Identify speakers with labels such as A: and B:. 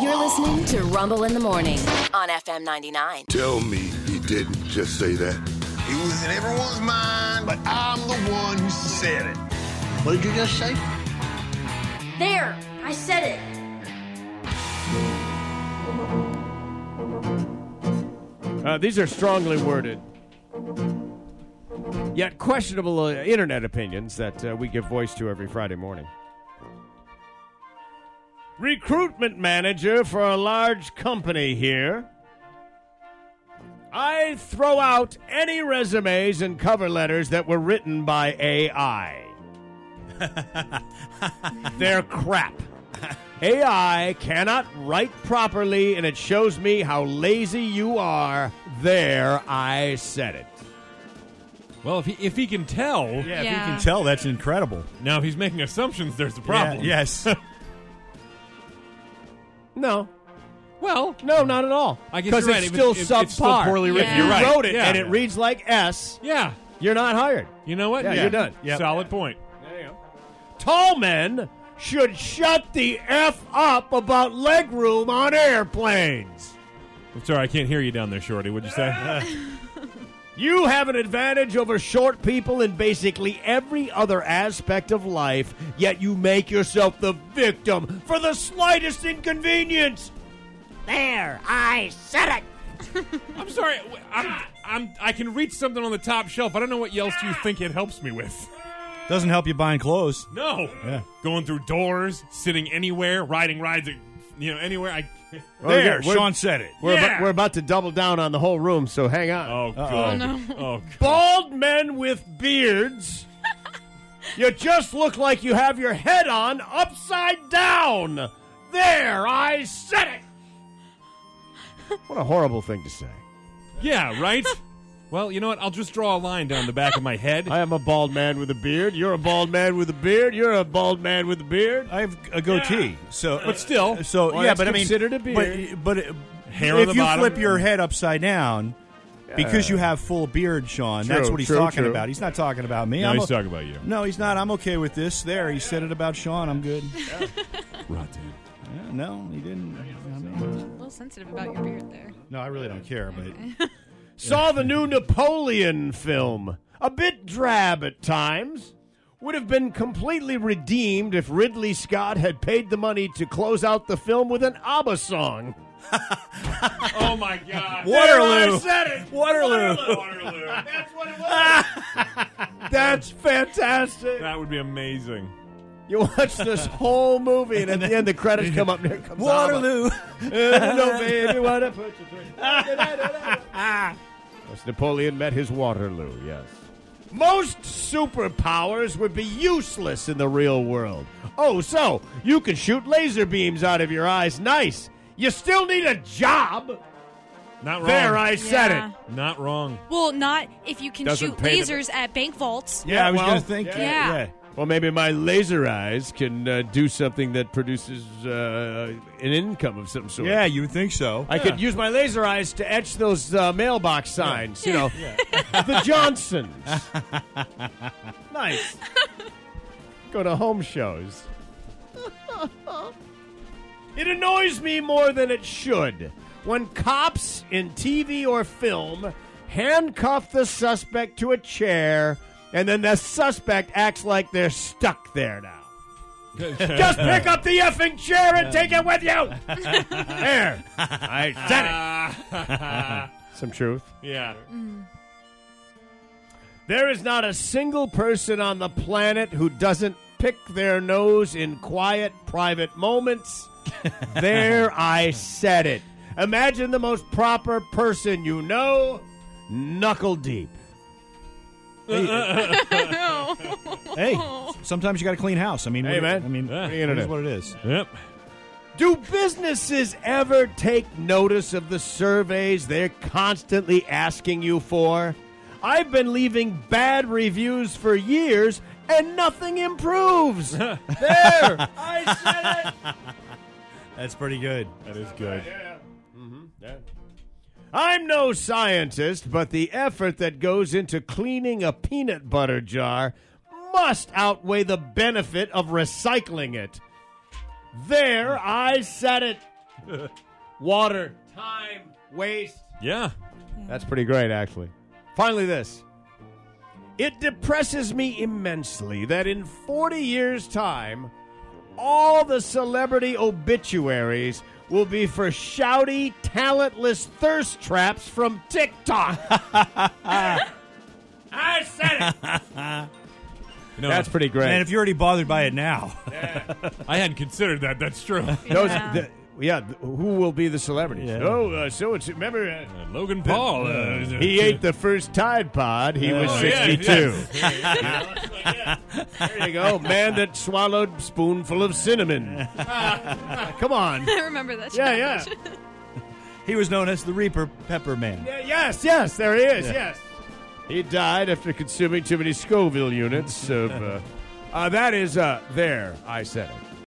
A: You're listening to Rumble in the Morning on FM 99.
B: Tell me he didn't just say that.
C: It was in everyone's mind, but I'm the one who said it.
D: What did you just say?
E: There, I said it.
F: Uh, these are strongly worded, yet questionable uh, internet opinions that uh, we give voice to every Friday morning. Recruitment manager for a large company here. I throw out any resumes and cover letters that were written by AI. They're crap. AI cannot write properly, and it shows me how lazy you are. There, I said it.
G: Well, if he if he can tell, yeah.
H: if you Yeah. can
I: tell that's incredible.
G: now if he's making assumptions, there's a problem.
I: Yeah, yes.
F: No,
G: Well,
F: no, not at all.
G: I guess
F: because
G: you're
F: it's
G: right. If
F: still
G: it- if
F: subpar.
G: it's still poorly
H: written,
F: If
H: you're
F: you
G: right.
F: wrote it
G: Yeah.
F: and it reads like S,
G: yeah.
F: you're not hired.
G: You know what?
F: Yeah, you're done. Yep.
G: Solid point.
F: There you go. Tall men should shut the f up about legroom on airplanes.
G: I'm sorry, I can't hear you down there, Shorty. What'd you say?
F: You have an advantage over short people in basically every other aspect of life, yet you make yourself the victim for the slightest inconvenience. There, I said it.
G: I'm sorry. w- I'm, I'm I can reach something on the top shelf. I don't know what else you think it helps me with.
I: Doesn't help you buying clothes.
G: No.
I: Yeah.
G: Going through doors, sitting anywhere, riding rides, you know, anywhere. I.
F: Oh,
I: There,
F: we're-
I: Sean said it.
F: We're,
G: Yeah.
F: about, we're about to double down on the whole room, so hang on.
G: Oh god. Oh god.
F: bald men with beards. you just look like you have your head on upside down. There, I said it. What a horrible thing to say.
G: Yeah. Right. well, you know what? I'll just draw a line down the back of my head.
F: I am a bald man with a beard. You're a bald man with a beard. You're a bald man with a beard.
I: I have a goatee, so uh,
G: But still.
I: so
F: Well,
I: yeah.
F: that's
I: But I mean,
F: considered a beard.
I: But, but uh,
G: Hair on
I: if
G: the
I: you
G: bottom.
I: flip your head upside down, because you have full beard, Sean, that's
F: True,
I: what he's
F: true,
I: talking
F: true.
I: about. He's not talking about me.
G: No,
I: I'm
G: he's
I: o-
G: talking about you.
I: No, he's not. I'm okay with this. There, he said it about Sean. I'm good.
G: Rot, dude.
I: Yeah, no, he didn't. I
H: A
I: mean,
H: little sensitive about your beard there.
I: No, I really don't care. But
F: Saw the new Napoleon film. A bit drab at times. Would have been completely redeemed if Ridley Scott had paid the money to close out the film with an ABBA song.
G: Oh my god.
F: Waterloo. said it.
I: Waterloo.
G: Waterloo.
F: That's what it was. That's fantastic.
G: That would be amazing.
F: You watch this whole movie, and at the end, the credits come up. And here comes
I: Waterloo.
F: Abba. no baby, wanna put you through.
I: Ah.
F: As Napoleon met his Waterloo, yes. Most superpowers would be useless in the real world. Oh, so you can shoot laser beams out of your eyes. Nice. You still need a job.
G: Not wrong.
F: There, I said
H: Yeah.
F: it.
G: Not wrong.
H: Well, not if you can
F: Doesn't
H: shoot
F: pay the-
H: lasers at bank vaults.
I: yeah, I was
F: well,
I: gonna think.
F: yeah.
H: Yeah.
F: Well, maybe my laser eyes can uh, do something that produces uh, an income of some sort.
I: Yeah, you would think so.
F: I could use my laser eyes to etch those uh, mailbox signs, you know. the Johnsons. nice. Go to home shows. it annoys me more than it should when cops in TV or film handcuff the suspect to a chair and then the suspect acts like they're stuck there now. Just pick up the effing chair and take it with you. there. I said it. Some truth.
G: Yeah.
F: There is not a single person on the planet who doesn't pick their nose in quiet, private moments. there, I said it. Imagine the most proper person you know, knuckle deep.
I: hey, sometimes you got to clean house. I mean,
F: Hey,
I: what-
F: man.
I: I mean,
G: Yeah.
I: it
F: What are you gonna
I: is
F: do?
I: what it is.
G: Yep.
F: Do businesses ever take notice of the surveys they're constantly asking you for? I've been leaving bad reviews for years and nothing improves. there, I said it.
I: That's pretty good.
G: That is good.
F: I'm no scientist, but the effort that goes into cleaning a peanut butter jar must outweigh the benefit of recycling it. There, I said it. Water, time, waste.
G: Yeah.
F: That's pretty great, actually. Finally, this. It depresses me immensely that in 40 years' time, all the celebrity obituaries will be for shouty, talentless thirst traps from TikTok. I said it.
G: You know,
F: That's pretty great.
I: And if you're already bothered by it now,
G: I hadn't considered that. That's true. Uh,
F: Those, the, yeah, th- who will be the celebrities?
I: Yeah.
F: Oh, uh, so it's remember uh,
G: Logan Paul. Uh, is a-
F: he ate the first Tide Pod. He was
G: Oh, yeah,
F: sixty-two.
G: yes.
F: There you go, man that swallowed spoonful of cinnamon. Come on.
H: I remember that.
F: Yeah, yeah.
H: challenge.
I: he was known as the Reaper Pepper Man.
F: Yeah, yes, yes, there he is. Yes, he died after consuming too many Scoville units of. Uh, uh, that is uh, there. I said it.